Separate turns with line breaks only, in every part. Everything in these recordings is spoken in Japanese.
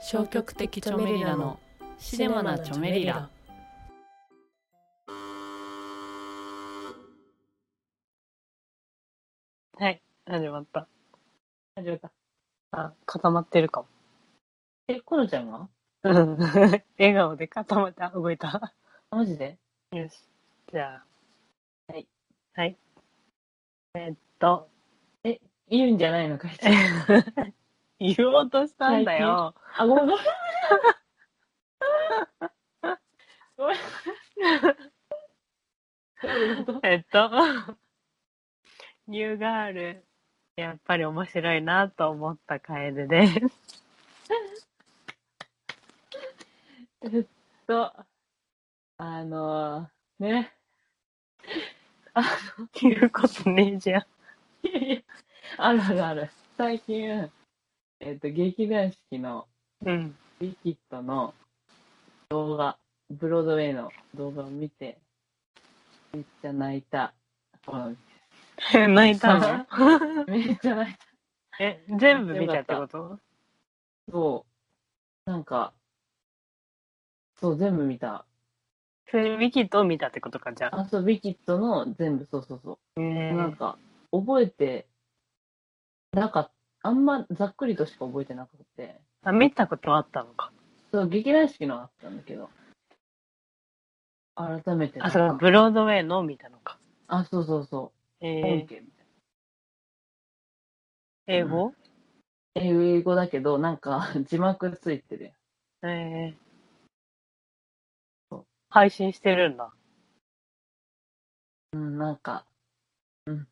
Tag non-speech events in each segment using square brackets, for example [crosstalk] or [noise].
消極的チョメリラのシネマなチョメリラ
はい、始まった。
始まった
あ、固まってるかも。
えコロちゃんが
うん [laughs] 笑顔で固まった。動いた。
あマジで
よし。じゃあ。
はい。
はい。えーっと、
いるんじゃないのかい
[laughs] 言おうとしたんだよ。
あごめんごめんごめん
えーっと、ニューガール、やっぱり面白いなと思った楓
[laughs]
です。
えっとあのー、ね [laughs]
言うことねえじゃん。
いやいやあるあるある最近えっと劇団四季の
うん。
リキッドの動画、ブロードウェイの動画を見て、めっちゃ泣いた。
[laughs] 泣いたの
めっちゃ泣いた。
え、全部見たってこと
そう。なんか、そう、全部見た。
それ、ウィキッドを見たってことか、じゃあ。
あ、そう、ビキッドの全部、そうそうそうう。なん
ん。
か、覚えて、なかっあんまざっくりとしか覚えてなくて。
あ、見たことあったのか。
そう、劇団四季のあったんだけど。改めてなん
あ、
か
そう、ブロードウェイのを見たのか。
あ、そうそうそ
え
う。
ー
本家みたいな。
英語、
英語だけど、なんか字幕ついてるやん。
え
そ
ー
う、
配信してるんだ。 [laughs]
うん、なんか、うん。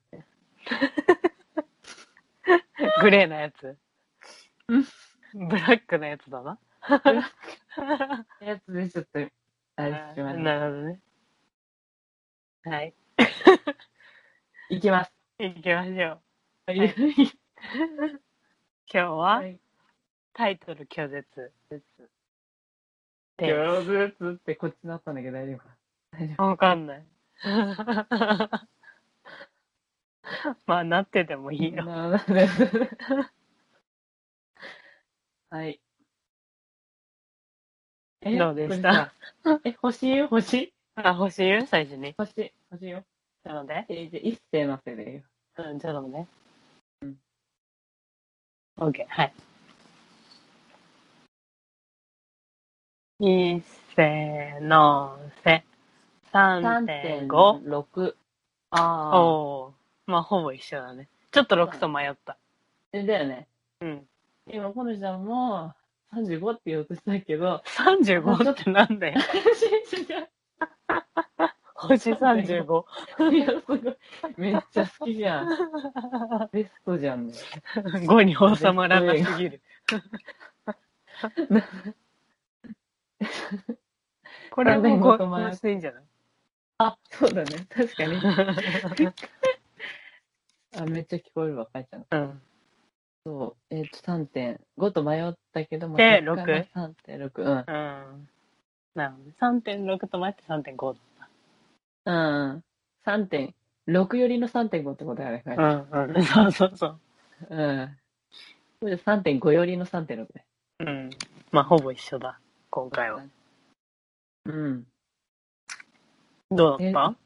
グレーなやつ
うん。
ブラックなやつだな。
ブラッやつでちょっと、あれしました。
なるほどね。はい。
いきます。
行きましょう。
はい
今日は
はい
タイトル拒絶。で
上手ってこっちだったんだけど大丈夫か大丈夫。
わかんない。 [laughs] まあ、なっててもいいよ。
ななな [laughs] はい。
どうでした
これさえ、星よ、星
あ、星言う最初に。
星、星よ。
なので。
えーじゃあ一世のせで言う。
うん、ちょっと待ってね。
うん。
オッケー、はい。いっせのせ。3.5。
3.6。ああ。
おー。まあ、ほぼ一緒だね。ちょっと6と迷った。
えだよね。
うん。
今、このちゃんも35って言おうとしたけ
[laughs]
ど、
35ってなんだよ。星35。
いや、すごい。めっちゃ好きじゃ
[laughs]
ん。ベストじゃん、ね。
5に収まらなすぎる。 [laughs] これも
3.5と迷った
5安いんじゃない
あ、そうだね。確かに。あ、めっちゃ聞こえるわ、かいちゃん。
うん。
そう。えっ、と、3.5と迷ったけども。
で
結果が3.6。うん。
うん。なので、3.6と迷って3.5だった。
うん。3.6よりの3.5ってことやね、かいちゃん。
うんうん、そうそうそう。
うん。これ3.5よりの3.6ね。
うん。まあ、ほぼ一緒だ、今回は。
うん。
どうだった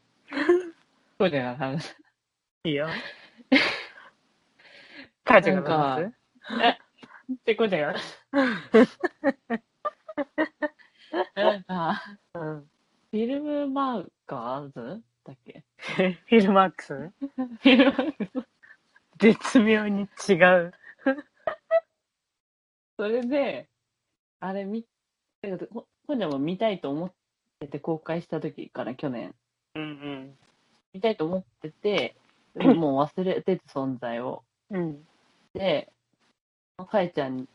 そうだよ、話。
いいよ。母ちゃんが話す
ってこち [laughs] ゃんが。なんか、
うん。
フィルムマーカーズだっけ [laughs]
フィルマックス
フィルムマーカーズ。
絶妙に違う。
それで、あれ見、だけどここんちゃんも見たいと思ってて、公開した時から去年、
うん
見たいと思って
[laughs]
て、でももう忘れてて存在を。
うん。うん。
で、かえちゃん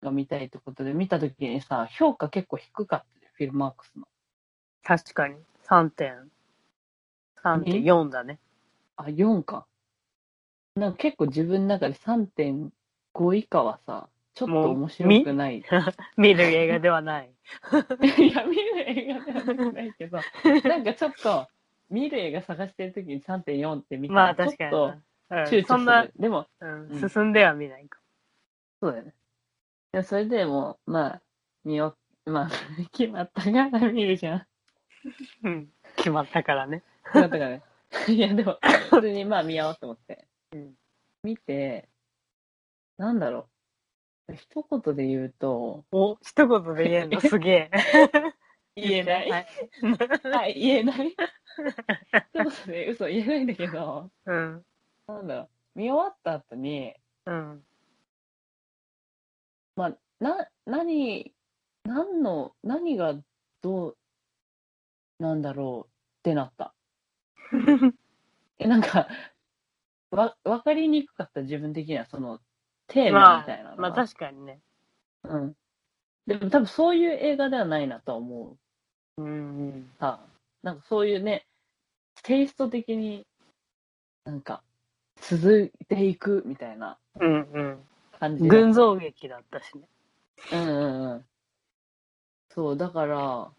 が見たいってことで、見た時にさ、評価結構低かったよ、フィルムマークスの。
確かに。3点。3.4だね。
あ、4か。なんか結構自分の中で3.5以下はさ、ちょっと
もう
面白くない。い
見る映画で
[laughs]
はない。
や、見る映画ではなくない
[laughs]
けど、なんかちょっと、見る映画探してる時に3.4って見た
まあ、
ら、
確かに
ちょっ
な。う
と
ん
躊躇する。
そんな、
でも、
う
うんん
進んでは見ないか。
そうだよね。や、それでもう、まあ、見よう、まあ、 [laughs] 決まったから見るじゃん。
うん。決まったからね。
決まったからね。 [laughs] いや、でも、普通にまあ見合おうと思って。
うん
見て、なんだろう。一言で言うと、
お、一言で言えんの、すげえ。
言えない。
はい。
あ、言えない。 [laughs] そうですね、嘘言えないんだけど、
うん。
なんだろう、見終わった後に、
うん。
まあ、な、何、何の、何がどう、なんだろうってなった。え、なんか、わ、わかりにくかった、自分的には、その、テーマみたいなのが
まあ確かにね。
うん。でも多分そういう映画ではないなとは思う。
うん。
さ、なんかそういうね、テイスト的になんか続いていくみたいな
うん
感
う
じ
ん。
で。
群像劇だったしね。
うんうんうん。そう、だから、ま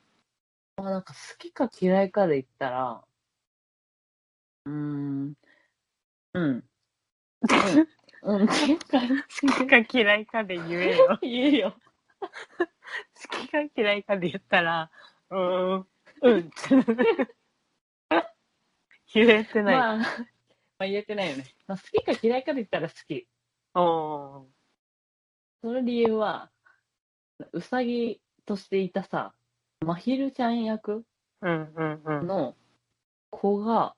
あなんか好きか嫌いかで言ったら、うーん、うん、うん、っていうか、
好きか嫌いかで言えよ。
言えよ。
好きか嫌いかで言ったら、うーん、うん
[laughs]
[laughs] って。言えてな
[laughs]
い。
まあ、まあ言えてないよね。まあ、好きか嫌いかで言ったら好き。
お
その理由は、うさぎとしていたさ、まひるちゃん役
ーうんうん
の子が、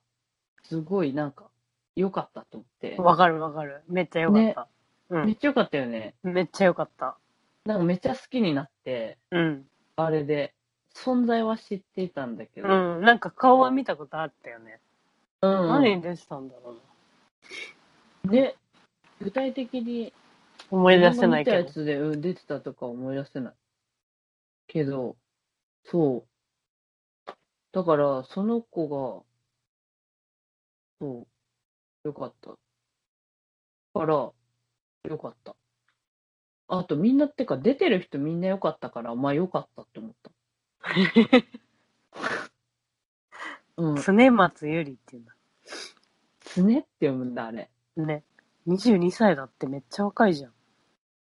すごいなんか、良かったと思って
うん。。わかるわかる。めっちゃよかった。
めっちゃ良かったよね。
うん。めっちゃよかった。
なんかめっちゃ好きになって、
うん。
あれで、存在は知っていたんだけど。
うん。なんか顔は見たことあったよね。
うん
何に出てたんだろうな。
ね、具体的に、
思い出せないけ
自分が見た
ど
や。つでうん出てたとか思い出せない。けど、そう。だから、その子が、そう、よかった。だから、よかった。あと、みんなってか、出てる人みんなよかったから、まあよかったって思
[laughs]
った。うん。
常松ゆりっていうんだ。
すねって読むんだ、あれ。
ね。22歳だってめっちゃ若いじゃん。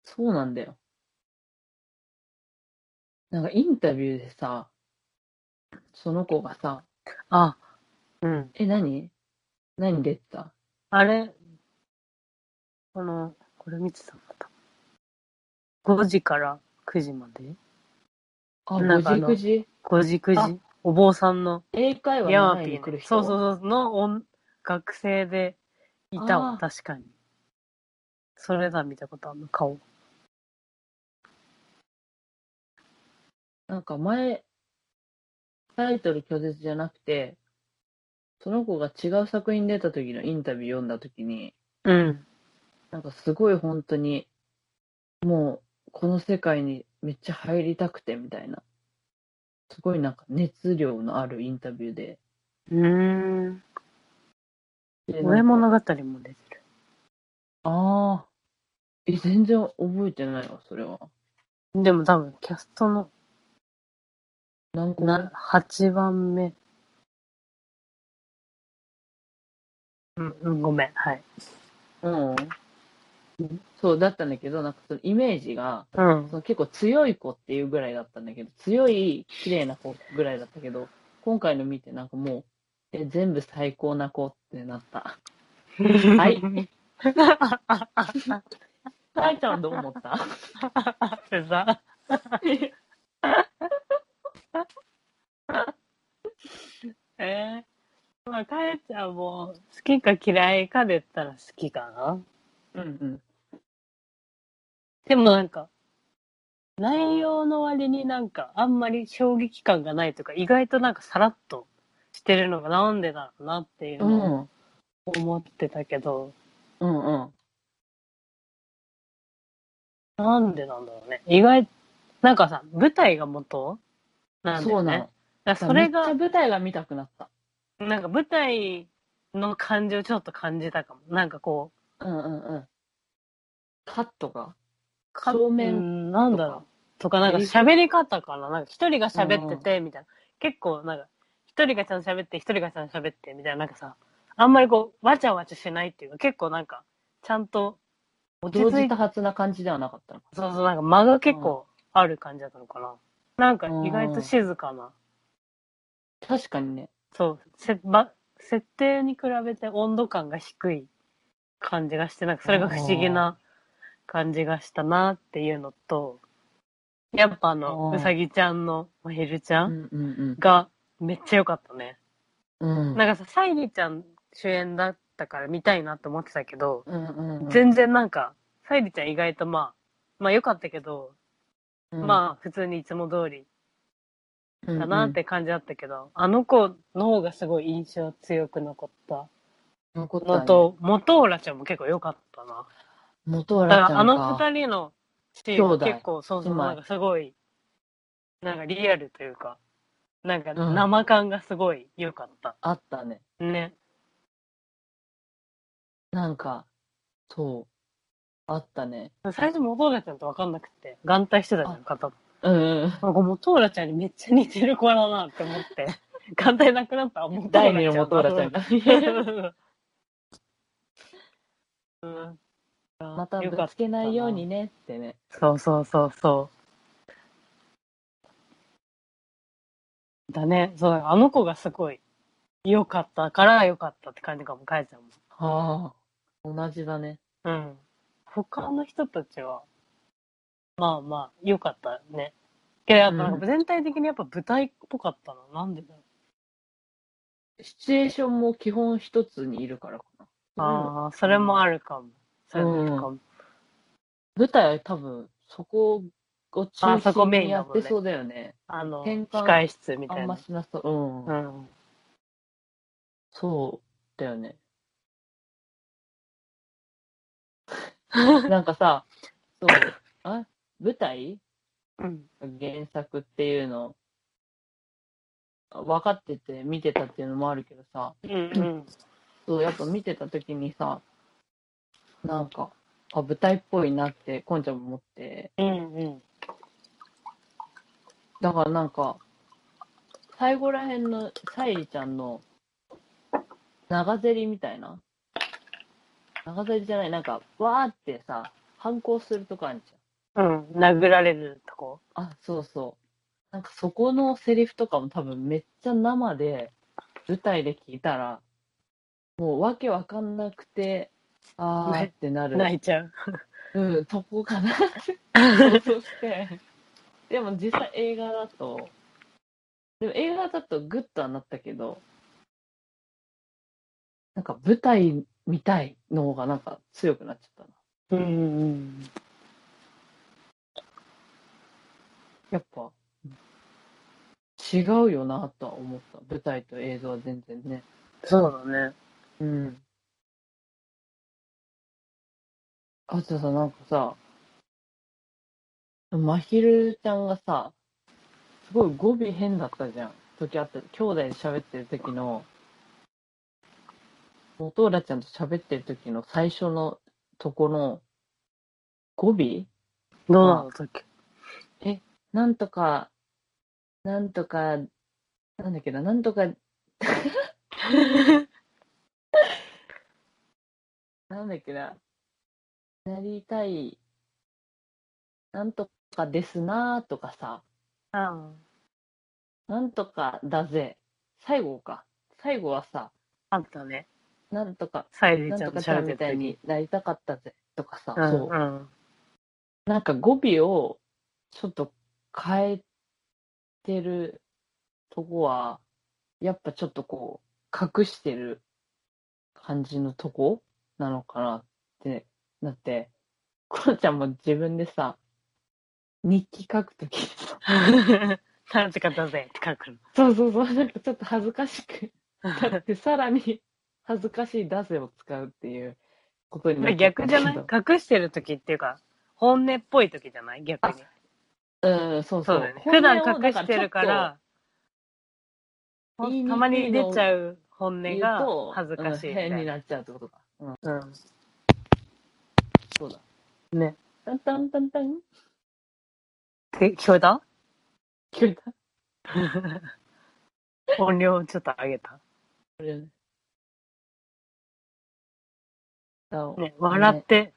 そうなんだよ。なんか、インタビューでさ、その子がさ、
あ、うん。
え、何何出てた
あれ、この、これ見てたんだ。5時から9時まで
あ、
な
ご
んかあ
じ
の
くじ
?5 時9時お坊さんの
英会話
ヤ
の
マ
前
ピ
に来
ー
る
の
人。
そうそうそう、の音学生でいた
あ
わ、
ー
確かに。それだ、見たことあるの、顔。
なんか前、タイトル拒絶じゃなくて、その子が違う作品出た時のインタビュー読んだ時に、
うん。
なんかすごい本当に、もうこの世界にめっちゃ入りたくてみたいな、すごいなんか熱量のあるインタビューで。
うーん。
で
俺
なんか
物語も出てる。
ああ。え、全然覚えてないわ、それは。
でも多分、キャストの
何個
な8番目。うん、うん、ごめん、はい。
うん。そうだったんだけど、なんかそのイメージが、
うん
そ。の結構強い子っていうぐらいだったんだけど、強い、綺麗な子ぐらいだったけど、今回の見てなんかもう、え、全部最高な子ってな [laughs] った。は。
[laughs] はい
たいちゃんどう思った
うざ。えー、まあ、かえちゃんも、好きか嫌いかで言ったら好きかな。
うんうん。
でもなんか、内容の割になんか、あんまり衝撃感がないというか、意外となんかさらっとしてるのがなんでだろうなっていう
う
のを
ん。
思ってたけど、
うんうん。
なんでなんだろうね。意外、なんかさ、舞台が元なんだ
そ
よ
うな
ね
の。。
だからそれ
めっち
が
ゃ、舞台が見たくなった。
なんか舞台の感じをちょっと感じたかも。なんかこう、
うんうんうん。カットが
か
正
う
面
んなん
と
だ
か
ろ。う。とか、なんか喋り方かな。なんか一人が喋ってて、みたいな。結構、なんか、一人がちゃんと喋って、一人がちゃんと喋って、みたいな、なんかさ、あんまりこう、わちゃわちゃしないっていうか、結構なんか、ちゃんと落ち
同
着
時
い
多発な感じではなかったのか
そうそう、なんか間が結構ある感じだったのかな。なんか意外と静かな。
確かにね。
そう、せ、ば、設定に比べて温度感が低い感じがして、なんかそれが不思議な感じがしたなっていうのと、やっぱあの、
うん
うさぎちゃんのまひるちゃ
うんんうん
がめっちゃ良かったね。
うん。うん
なんかさ、サイリちゃん主演だったから見たいなって思ってたけど、
うんうんうん、
全然なんか、サイリちゃん意外とまあ、まあ良かったけど、
うん、
まあ普通にいつも通り
あ
だなっ。て感じだったけど、あの子の方がすごい印象強く残った
残った
の
ね、
と、元浦ちゃんも結構良かったな。
元
だか
原ち
ら
ゃ
あ
んが。
の二人のシ
兄
ーン
弟
結構、そうそう、
今
なんかすごい、なんかリアルというか、なんか
うん
生感がすごい良かった。
あったね。
ね。
なんか、そう。あったね。
最初元浦ちゃんと分かんなくて、眼帯してたじゃん、片っ
うんうん。
なんか元浦ちゃんにめっちゃ似てる子だなって思
[laughs]
って、眼帯なくなったら元
第
浦
二
ち
の
ゃん
元浦ちゃんが。
が。うん、
またぶつけないようにねってね。
そうそうそうそう。だね。そう、あの子がすごい良かったから良かったって感じかも、かえちゃんも。
はあ。同じだね。
うん。他の人たちは、まあまあ、良かったね。けど、やっぱなんか全体的にやっぱ舞台っぽかったの。なんでだろ
シチュエーションも基本一つにいるからか
う。
な。うん
ああ、それもあるかも。それもあるかも。
舞台は多分、そこを中
あそこ
心
メイ
に
ン
や
だも
っ
んね
てそうだよね。
あの、
転換
控え室み
あ
たい
んま
な。
しなそう。うん。
うん。
そうだよね。 [laughs] なんかさ、そう、あ、舞台
うん。
原作っていうの、分かってて見てたっていうのもあるけどさ、
うんうん。
そう、やっぱ見てた時にさ、なんか、あ、舞台っぽいなって、こんちゃんも思って、
うんうん。
だからなんか、最後らへんの沙莉ちゃんの長ゼリみたいな長ゼリじゃない、なんか、わーってさ、反抗するとこあるじゃん。
うん、殴られるとこ。
あ、そうそう。なんかそこのセリフとかも多分めっちゃ生で舞台で聞いたら、もうわけわかんなくて、あーってなる。
泣いちゃう。
うん、とこかなって想像して。でも実際映画だと、でも映画だとグッとはなったけど、なんか舞台みたいの方がなんか強くなっちゃったな。
うんうん
やっぱ、違うよなとは思った。舞台と映像は全然ね。
そうだね。
うん。あとさ、なんかさ、まひるちゃんがさ、すごい語尾変だったじゃん。時あった。兄弟で喋ってる時の、元浦ちゃんと喋ってる時の最初のとこの、語尾
どうなの時。
なんとか、なんとか、なんだっけな、なんとか、なんだっけな、なりたい、なんとかですなーとかさ、
あ
なんとかだぜ、最後か、最後はさ、
あったね。
なんとか、
サイリ
な
ー
ん
ちゃ
と
んと
かちゃん
喋っ
み
て
た
る
い
時。
になりたかったぜとかさ、
うん
そう
う、ん。
なんか語尾をちょっと変えてるとこは、やっぱちょっとこう、隠してる感じのとこなのかなってなって、コロちゃんも自分でさ、日記書くとき、
[laughs] なんとかだぜって書くの。
そうそうそう、なんかちょっと恥ずかしくなって、さらに恥ずかしい出せを使うっていうことになっちゃった
逆
ん
じ
だ
ゃ
けど
ない [laughs] 隠してる時っていうか、本音っぽい時じゃない逆に。
うん、そう
そ
そうう。
だよね。
本
普
音を
段隠してるか
なんちょっと
ら、ほんたまに出ちゃう本音
言う
が
と
恥ずかしい
うん
みたい
変に
な。
なっちゃうってことか。うん、
う
そうだ。
ん。ね。
タンタンタンタン。
え聞こえた
聞こえたこ
音量ちょっと上げた。
れね。あ
ね、笑って、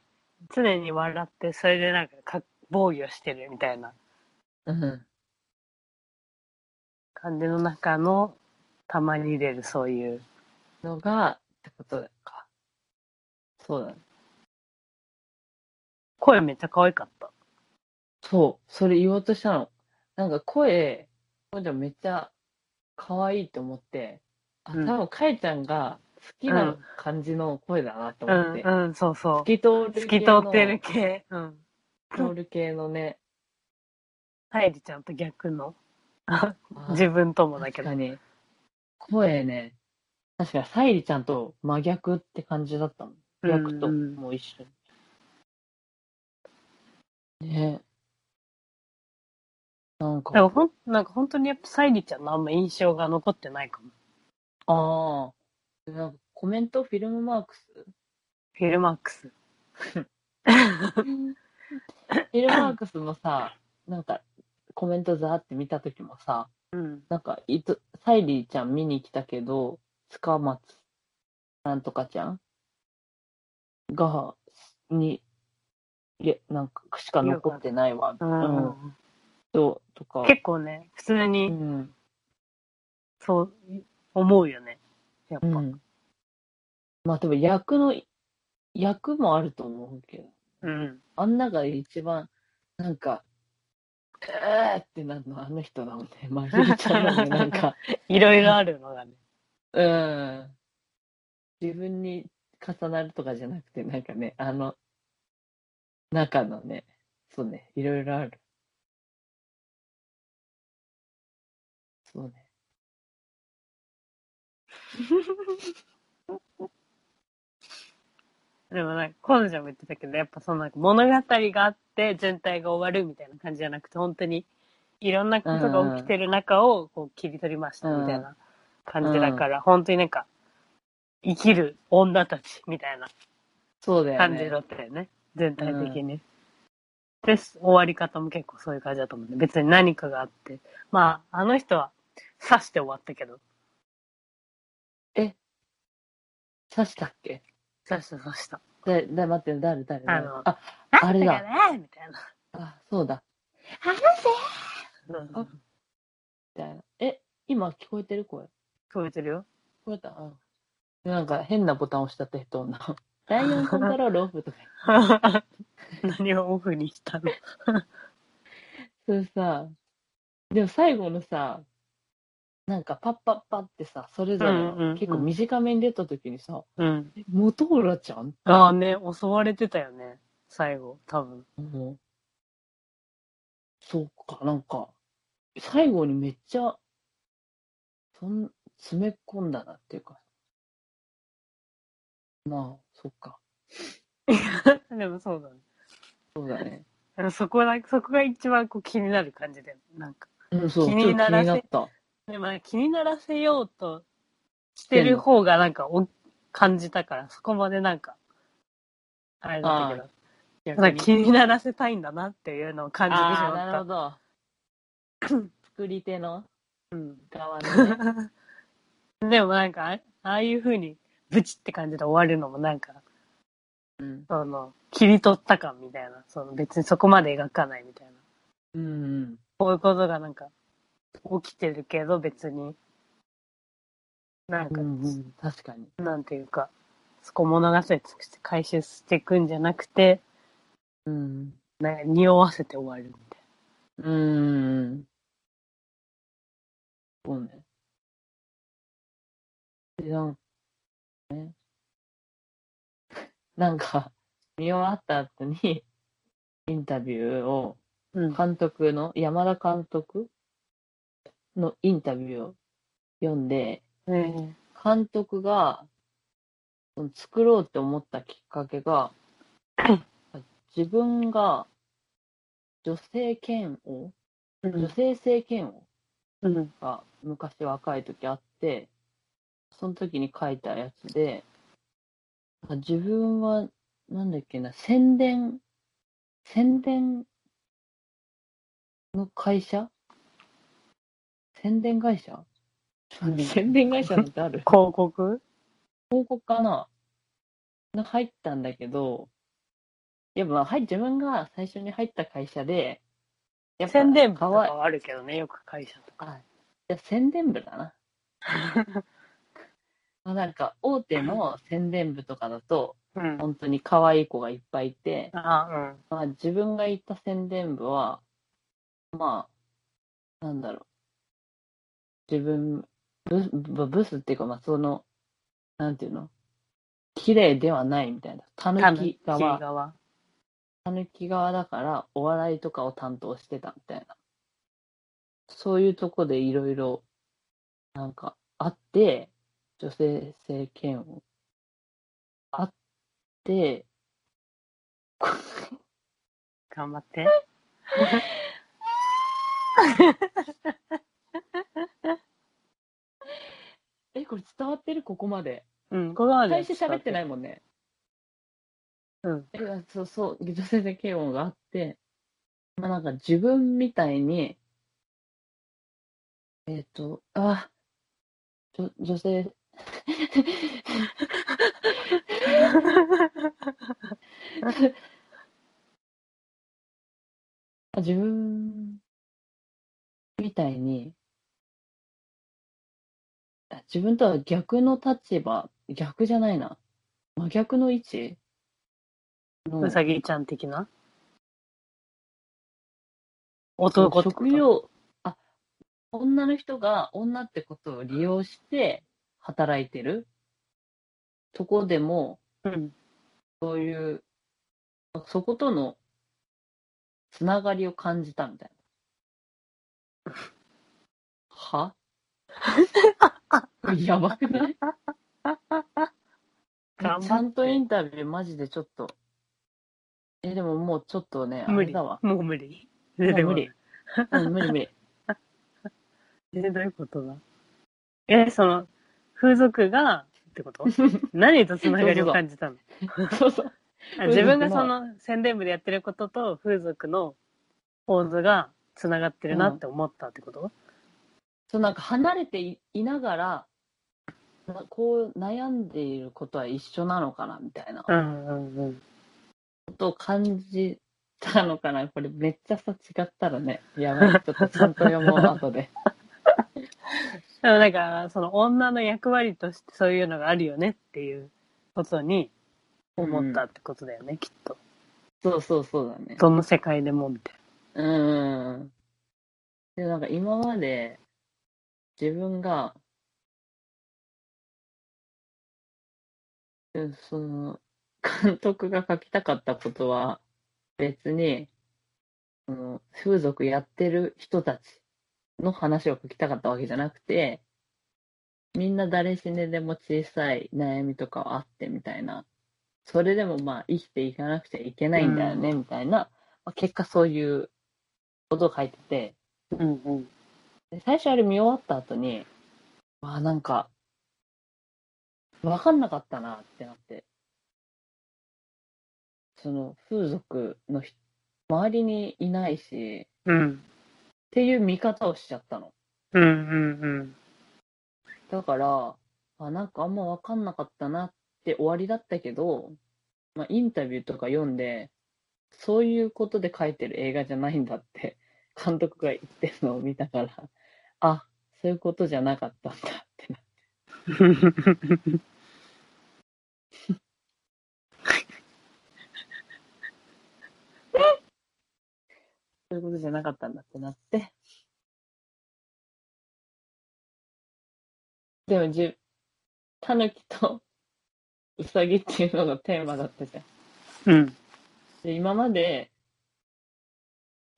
常に笑って、それでなんかか、防御してるみたいな
うん。
感じの中の、たまに出るそういう。
のが、ってことだか。そうだね。
声めっちゃ可愛かった。
そう、それ言おうとしたの。なんか声、もちゃんめっちゃ可愛いと思って、あ、
うん
多分かえちゃんが好き
う
なん感じの声だなと
う
思っ
ん
て。
うん、そう
透
そ
き通る
う。透
系
き通
の
ってる系。うん。
透き通る系の
[laughs]
ね。
はいりちゃんと逆の。
あ
自分ともだけ
確
ど
か。に。声ね。確かに、沙莉ちゃんと真逆って感じだったの。役と、
うん
もう一緒に。ねなん
で
か、
もほん、なんか本当にやっぱ沙莉ちゃんのあんま印象が残ってないかも。
ああ、なんかコメントフィルムマークス
フィルマックス。
フィルマークスもさ、なんかコメントザーって見た時もさ、
うん。
なんかいつ、サイリーちゃん見に来たけど、塚松なんとかちゃんが、に、いや、なんかしか残ってないわ、うん、ととか、
結構ね、普通
う
に
ん、
そう思うよね。やっぱ。
う
うん。
ん。まあ、でも役の、役もあると思うけど、あんなが一番、なんか、えーってなるのはあの人だもんね。まあ、ひりちゃんだもんね。なんか、
いろいろあるのがね。
うん。自分に重なるとかじゃなくて、なんかね、あの、中のね、そうね、いろいろある。そうね。
でもなんか、コンちゃんも言ってたけど、やっぱそのなんか物語があって全体が終わるみたいな感じじゃなくて、本当にいろんなことが起きてる中をこう切り取りましたみたいな感じだから、本当になんか、生きる女たちみたいな
そうだよね。
感じだったよね。全体的に。で、終わり方も結構そういう感じだと思うんで、別に何かがあって。まあ、あの人は刺して終わったけど、
刺したっけ
刺した刺した。
だ、だ、待って、誰、誰、誰
あの
あ、あれだ
なんかねみたいな。
あ、そうだ。
うん
あみたいな。え、今聞こえてる声。
聞こえてるよ。
こうやったうん。なんか変なボタン押したって人
[laughs]
の。ライオンコントロールオフとか。
何をオフにしたの
それさ、でも最後のさ、なんかパッパッパってさ、それぞれ
うんうんう
の
ん
結構短めに出た時にさ、
うん。
元浦ちゃん
ああね、襲われてたよね。最後、多分。
もうそうか、なんか、最後にめっちゃ、そん、詰め込んだなっていうか。まあ、そっか。
[laughs] でもそうだね
そうだね。
でも。そこだ、そこが一番こう気になる感じだよね。なんか。
うん、そう、
気
ちょっと気
に
に
ならせ
なった。
でも気にならせようとしてる方がなんかお感じたから、そこまでなんか、あれだったけど、なんか気にならせたいんだなっていうのを感じてし
ああー、なる
ま
ほ
っ
ど。
[coughs]
作り手の
た。うん
側のね。
[laughs] でもなんかあ、ああいう風に、ブチって感じで終わるのもなんか、
うん。
その、切り取った感みたいな、その別にそこまで描かないみたいな。
うん。
こういうことがなんか、起きてるけど別に、なん
う
か、
んうん、確かに。
なんていうか、そこ物語として回収していくんじゃなくて、
うん。
なんか匂わせて終わるみたい
うん。そうね。で、なんか、ね。 [laughs] なんか、見終わった後に、インタビューを、
な。うん。
監督の、山田監督のインタビューを読んで、
ね
監督がその作ろうって思ったきっかけが自分が女性嫌悪
え
女性性嫌悪
うん。
が昔若い時あってその時に書いたやつでなんか自分はなんだっけな宣伝宣伝の会社宣伝会社宣伝会社なんてある
広告
広告かななんか入ったんだけど、やっぱ、はい、自分が最初に入った会社で、やっぱ
宣伝部と
か
か
わいい
はあるけどね、よく会社とか。
あ、じゃあ宣伝部 [laughs] だな。まあなんか、大手の宣伝部とかだと、
うん。
本当に可愛い子がいっぱいいて、
あ、
まあ、自分が行った宣伝部は、まあ、なんだろう。自分、ブブブスっていうか、まあ、その、なんていうの綺麗ではないみたいな。た
うん。た
ぬ
ぬ
き
き
側。
側。
たぬき側だから、お笑いとかを担当してたみたいな。そういうとこでいろいろ、なんか、あって、女性性嫌悪。あって、
頑張って。
え、これ伝わってるここまで。
うん、ここまで。。
最初喋ってないいもんね。
うん。
えそうそう、女性的嫌悪があって、まあなんか自分みたいに、えっ、と、あ、ちょ女性、あ自分みたいに、あ自分とは逆の立場、逆じゃないな。真逆の位置の
うさぎちゃん的な男ってこと
職業あ女の人が女ってことを利用して働いてるとこでも
うん。
そういうそことのつながりを感じたみたい
[laughs]
なはやばくない
頑張って
ちゃんとインタビューマジでちょっとえでももうちょっとねあ
無
れ
理。
だわ
もう無理。
も
出
う
てこ
無
ない
理、うん、無理無理
え、どういうことだえ、その、風俗が、ってこと [laughs] 何とつながりを感じたの
そうそう
あ自分がその宣伝部でやってることと風俗の構図がつながってるなって思ったってこと、
そうなんか離れていいながらなこう悩んでいることは一緒なのかなみたいなこ
うん、うんうん
とを感じたのかなこれめっちゃさ違ったらねやばいちょっとちゃんと読もう後で
でもなんかその女の役割としてそういうのがあるよねっていうことに [laughs] 思ったってことだよね、きっと
そうそうそうだね
どんな世界でもみたい
うんでなんか今まで自分がうんその監督が書きたかったことは別にその風俗やってる人たちの話を書きたかったわけじゃなくてみんな誰しねでも小さい悩みとかはあってみたいなそれでもまあ生きていかなくちゃいけないんだよねみたいな、まあ結果そういうことを書いてて
なうんうん
で最初あれ見終わった後にわあなんか分かんなかったなってなってその風俗の人周りにいないしっ
うん
ていう見方をしちゃったの
うんうん
だからあなんかあんま分かんなかったなって終わりだったけど、まあ、インタビューとか読んでそういうことで書いてる映画じゃないんだって監督が言ってるのを見たからあそういうことじゃなかったんだってな
うん
そういうことじゃなかったんだってなってでもじタヌキとウサギっていうのがテーマだったじゃん
うん
で今まで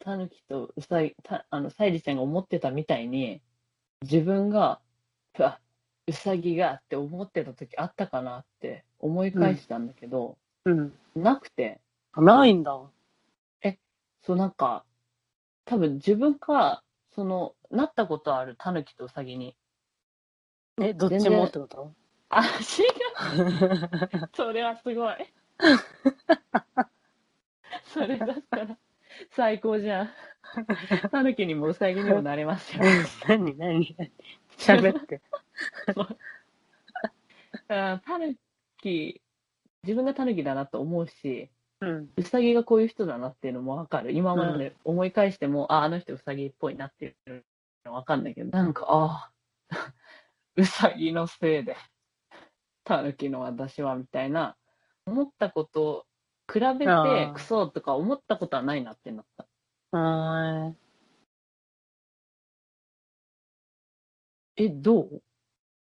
タヌキとウサギたあのサイリちゃんが思ってたみたいに自分がうわウサギがって思ってた時あったかなって思い返したんだけど、
うん
なくて
あないんだ
そうなんか多分自分がそのなったことあるタヌキとウサギに
えどっち
全然
もってこと
あ違うそれはすごいそれだったら最高じゃんタヌキにもウサギにもなれます
[laughs]
よ
何何何喋って
あータヌキ自分がタヌキだなと思うし
うん。
うさぎがこういう人だなっていうのもわかる。今まで思い返しても、あ、あの人うさぎっぽいなっていうのわかんないけど、なんか、ああ、 [laughs] うさぎのせいで、たぬきの私はみたいな、思ったこと、比べ
あ
て
ー
クソとか思ったことはないなってなった。
はーい。
え、どう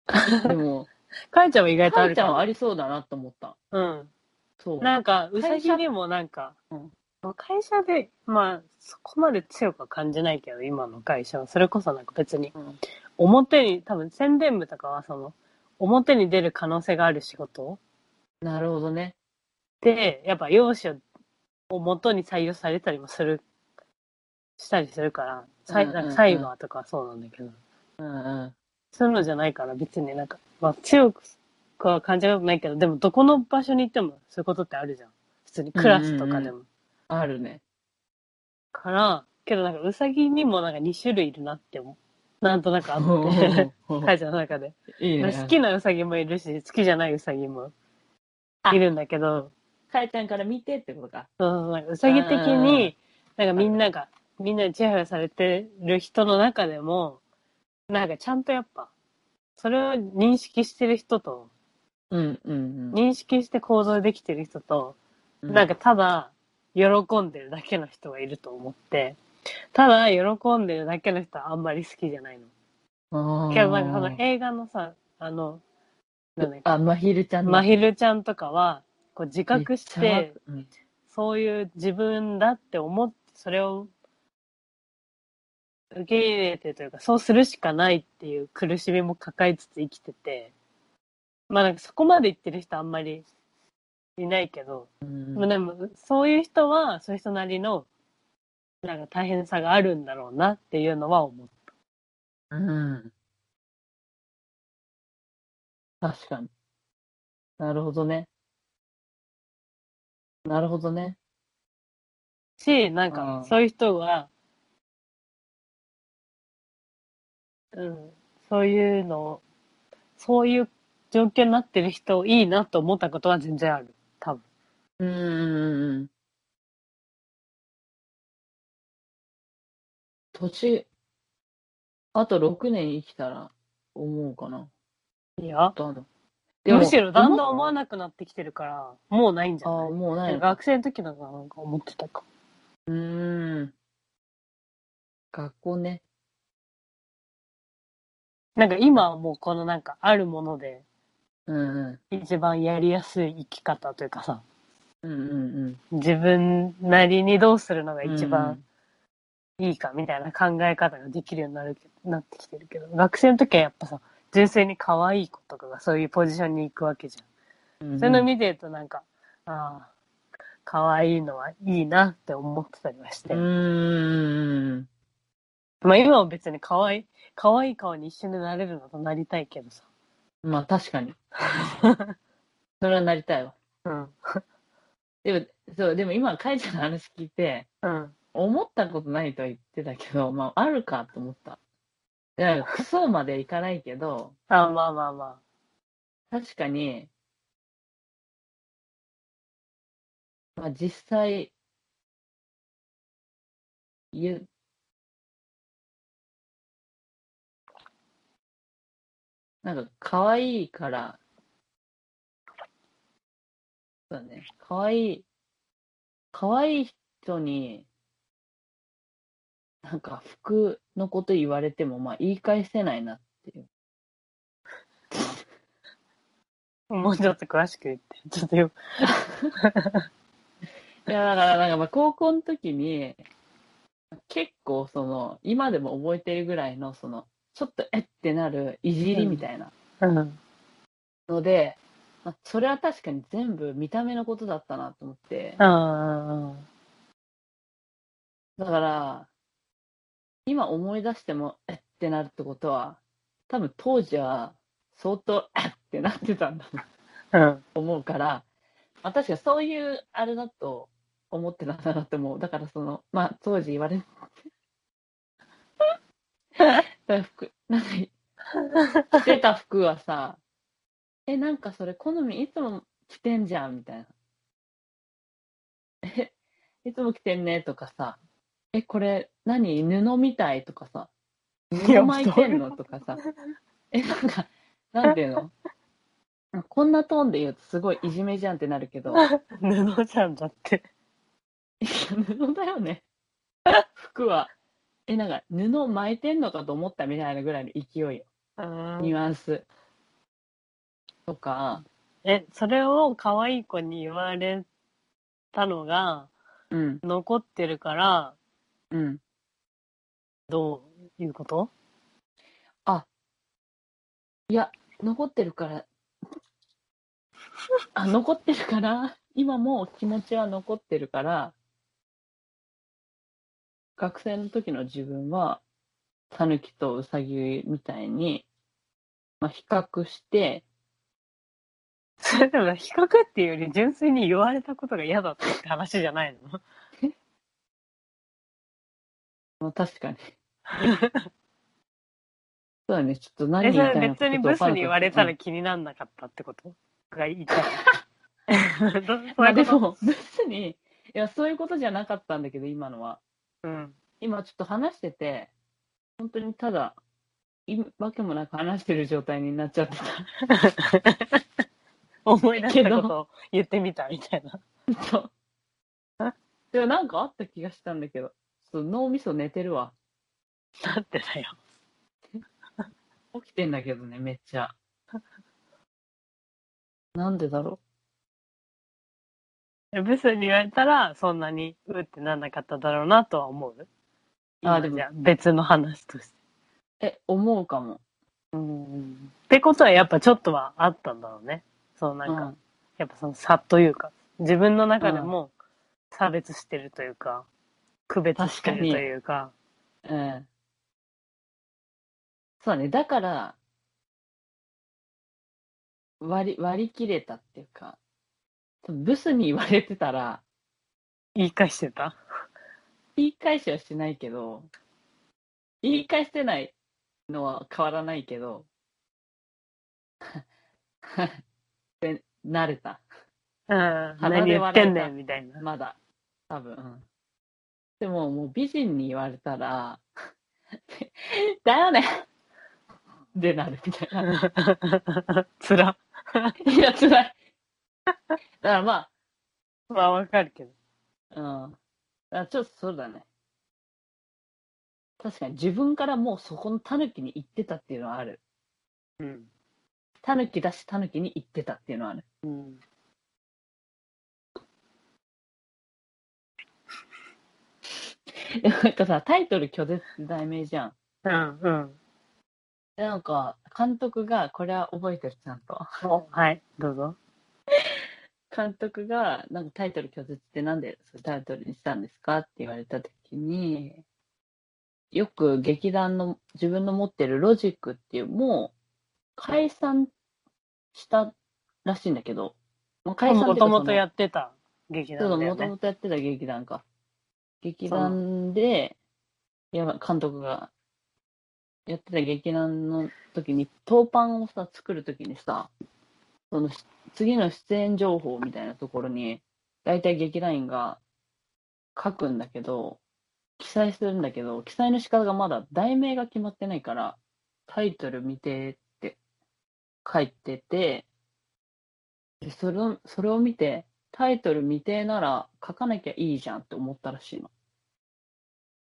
[laughs] でも、
かえちゃんは意外と
か
あ
い
る
ちゃんは
か
ありそうだなと思った。
も。うん。
そう。
なんか、うさ
会社
ぎにもなんか、
うん
会社で、まあ、そこまで強くは感じないけど、今の会社は。それこそなんか別に、
うん
表に、多分宣伝部とかはその、表に出る可能性がある仕事
なるほどね。
で、やっぱ容姿を元に採用されたりもする、したりするから、さい
うんうんう
なんんかサイバーとかはそうなんだけど、
うんうん。
そういうのじゃないから別になんか、まあ強くは感じたことないけど、でもどこの場所に行ってもそういうことってあるじゃん。普通にクラスとか
う
でも。
んうんうある [laughs] ね。
から、けどなんかウサギにもなんか2種類いるなって思う。なんとなく
[laughs]
あって、会社の中で。
いいね。
好きなウサギもいるし、好きじゃないウサギもいるんだけど、
かえちゃんから見てってことか。
そうそうなんかウサギ的に、なんかみんなが、みんなにチヤホヤされてる人の中でも、なんかちゃんとやっぱ、それを認識してる人と、
うんうん
認識して行動できてる人と、
うん。
なんかただ喜んでるだけの人がいると思って、ただ喜んでるだけの人はあんまり好きじゃないの。
あー、
けどなんかその映画のさ、あの、なんだっけ、
あ、まひるちゃんの
まひるちゃんとかは、こう自覚し
めってち、ゃうん
そういう自分だって思って、それを受け入れてというか、そうするしかないっていう苦しみも抱えつつ生きてて、まあなんかそこまで言ってる人あんまりいないけど、
うん
まあでも、そういう人は、そういう人なりの、なんか大変さがあるんだろうなっていうのは思っ
うん。確かに。なるほどね。なるほどね。
たし、なん
う
か
ん、
そういう人は、うん、そういうのを、そういう状況になってる人、いいなと思ったことは全然ある。多分。
うんうんうん。年、あと6年生きたら思うかな。
いや、
どんどんでも
むしろだんだん思わなくなってきてるから、もうないんじゃ
あ
な
あ、
い
もうないのか
学生の時なんかなんか思ってたか。
うーん。学校ね。
なんか今はもうこのなんかあるもので、
うんう
一番やりやすい生き方というかさ、
ん。うんうんうん。
自分なりにどうするのが一
うん
番いいかみたいな考え方ができるようになるけなってきてるけど、学生の時はやっぱさ、純粋に可愛い子とかがそういうポジションに行くわけじゃん。
うんうん。
そういうの見てるとなんか、ああ、可愛いのはいいなって思ってたりはして。
うーん。
まあ今は別に可愛い、可愛い顔に一瞬でなれるのとなりたいけどさ。
まあ確かに。 [laughs] それはなりたいわ。
うん。
でも、そう、でも今、カイちゃんの話聞いて、
うん。
思ったことないとは言ってたけど、まああるかと思った。いや、クソまでいかないけど、
あまあまあま
確かに、まあ実際、言う、なんか可愛いから、そうだね、可愛い、可愛い人に、なんか服のこと言われても、まあ言い返せないなっていう。
あ。もうちょっと詳しく言って。ちょっとよ、
いや、だから、なんか、まあ、高校の時に、結構、その、今でも覚えてるぐらいの、その、ちょっと、えってなる、いじりみたいな
うん。
ので、まあ、それは確かに全部見た目のことだったなと思って、
あ
だから、今思い出しても、えってなるってことは、多分当時は、相当、えってなってたんだな
あ、うん。
思うから、まあ、確かそういう、あれだと思ってたんだなって思う。だから、その、まあ、当時言わ [laughs] れた服、なんか、着てた服はさ、え、なんかそれ好みいつも着てんじゃんみたいな。いつも着てんねとかさ、え、これ何布みたいとかさ、
いや
布巻いてんのとかさ、え、なんか、なんていうのこんなトーンで言うとすごいいじめじゃんってなるけど、いや
布じゃんだって。
[laughs] 布だよね。服は。え、なんか布巻いてんのかと思ったみたいなぐらいの勢いよ。ニュアンス。とか、
え、それを可愛い子に言われたのが
うん、
残ってるから、
うん。
どういうこと [laughs]
いや、残ってるから、 [laughs] あ、残ってるから、今も気持ちは残ってるから、学生の時の自分は、タヌキとウサギみたいに、まあ、比較して、
それでも比較っていうより純粋に言われたことが嫌だったって話じゃないの
まあ、確かに。 [laughs] そうだね、ちょっと [laughs] 何
え、そ
言いたい
れ
の
別
か
に
ちょっと
ブ
分
ス
かんなかった
に言われたら気になんなかったってことが言
[laughs]
いたい。ど
まあで、
そういうこ
も、 [laughs] 別に、いや、そういうことじゃなかったんだけど、今のは。
とうん。
今ちょっと話してて、本当にただ、いわけもなく話してる状態になっちゃってた。 [laughs]
思い出した
けど
ことを言ってみたみたいな。 [laughs]
そう。でもなんかあった気がしたんだけど、ちょっと脳みそ寝てるわ。
だってだよ。 [laughs]
起きてんだけどね、めっちゃ。 [laughs] なんでだろ
ブスに言われたら、そんなに、うってなんなかっただろうなとは思う。
あ
今
でも
じゃあ別の話として。
う。え、思うかも。
うん。ってことは、やっぱちょっとはあったんだろうね。そう、なんか、
うん
やっぱその差というか、自分の中でも差別してるというか、区別してるというか、
うん。そうだね。だから、割り、割り切れたっていうか、ブスに言われてたら、
言い返してた。
言い返しはしないけど、言い返してないのは変わらないけど、 [laughs] で慣れた。
うん。何言ってんねん、みたいな。
まだ。多分。うんでも、もう美人に言われたら、 [laughs] だよね [laughs] ってなるみたいな。
つら。
い [laughs] や、辛い。だからま
まあわかるけど。
あ、うん。だからちょっとそうだね。確かに自分からもうそこのタヌキに行ってたっていうのはある。
うん。
タヌキだしタヌキに行ってたっていうのはある。
うん。
でなんかさ、タイトル拒絶って題名じゃん。
うん。うん。
でなんか、監督が、これは覚えてる、ちゃんと。
おはい、どうぞ。
監督が、なんかタイトル拒絶ってなんでそれタイトルにしたんですかって言われた時に、よく劇団の自分の持ってるロジックっていう、もう解散したらしいんだけど、もう解散
もとも
って
と
いうか
やってた劇
その
団だよ
もと
ね。
もとやってた劇団か。劇団で、いやばい監督がやってた劇団の時に、当パンをさ、作る時にさ、そのし次の出演情報みたいなところに、大体劇団員が書くんだけど、記載するんだけど、記載の仕方がまだ題名が決まってないから、タイトル見てって書いてて、でそれをそれを見て、タイトル未定なら書かなきゃいいじゃんって思ったらしいの。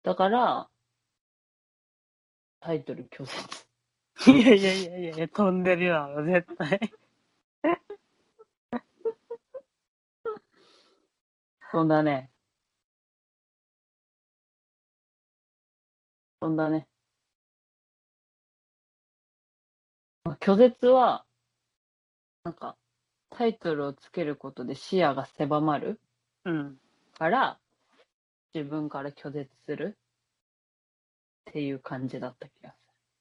だから、タイトル拒絶。
[laughs] いやいやいやいやいや、飛んでるよ、絶対。
[laughs] そんだね。そんだね。まあ拒絶は、なんか、タイトルをつけることで視野が狭まる
うん。
から、自分から拒絶するっていう感じだった気がす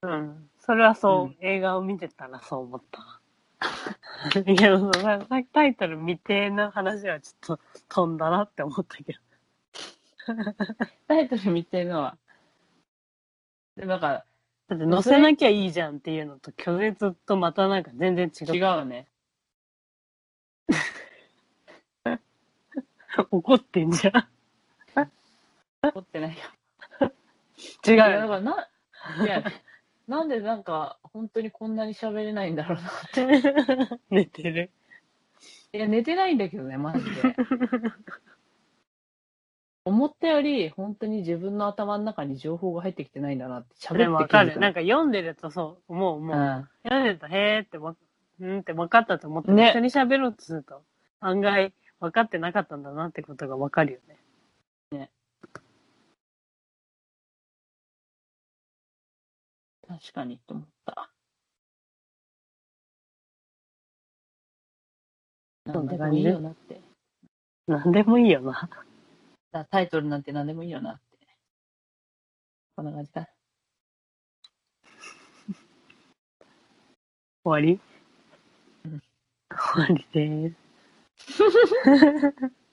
る。
うん。それはそう、
うん
映画を見てたらそう思った。 [laughs] いや、そのさタイトル未定の話はちょっと飛んだなって思ったけど。
タイトル見てるのは。で、だか
だって載せなきゃいいじゃんっていうのと拒絶とまたなんか全然違
ら、違
う。
うね。
怒ってんじゃん。
怒ってないよ。
違う
いや、だ
よ。
からな、いや、なんでなんか、本当にこんなに喋れないんだろうな。
[laughs] 寝てる。
いや、寝てないんだけどね、マジ
[laughs]
で。思ったより、本当に自分の頭の中に情報が入ってきてないんだなって、喋って
でもわかる。なん
か、
か読んでるとそう、思う思う。
うん
読んでると、へーってわ、うんって分かったと思って、
ね
一緒に喋ろうとすると、案外分かってなかったんだなってことが分かるよね。
確かにと思った。
そ
なん
ん
で
な
も
感
い
じ
いよなって。
なんでもいいよな。
だタイトルなんて何でもいいよなって。こんな感じかな。
終わり
うん
終わりでーす。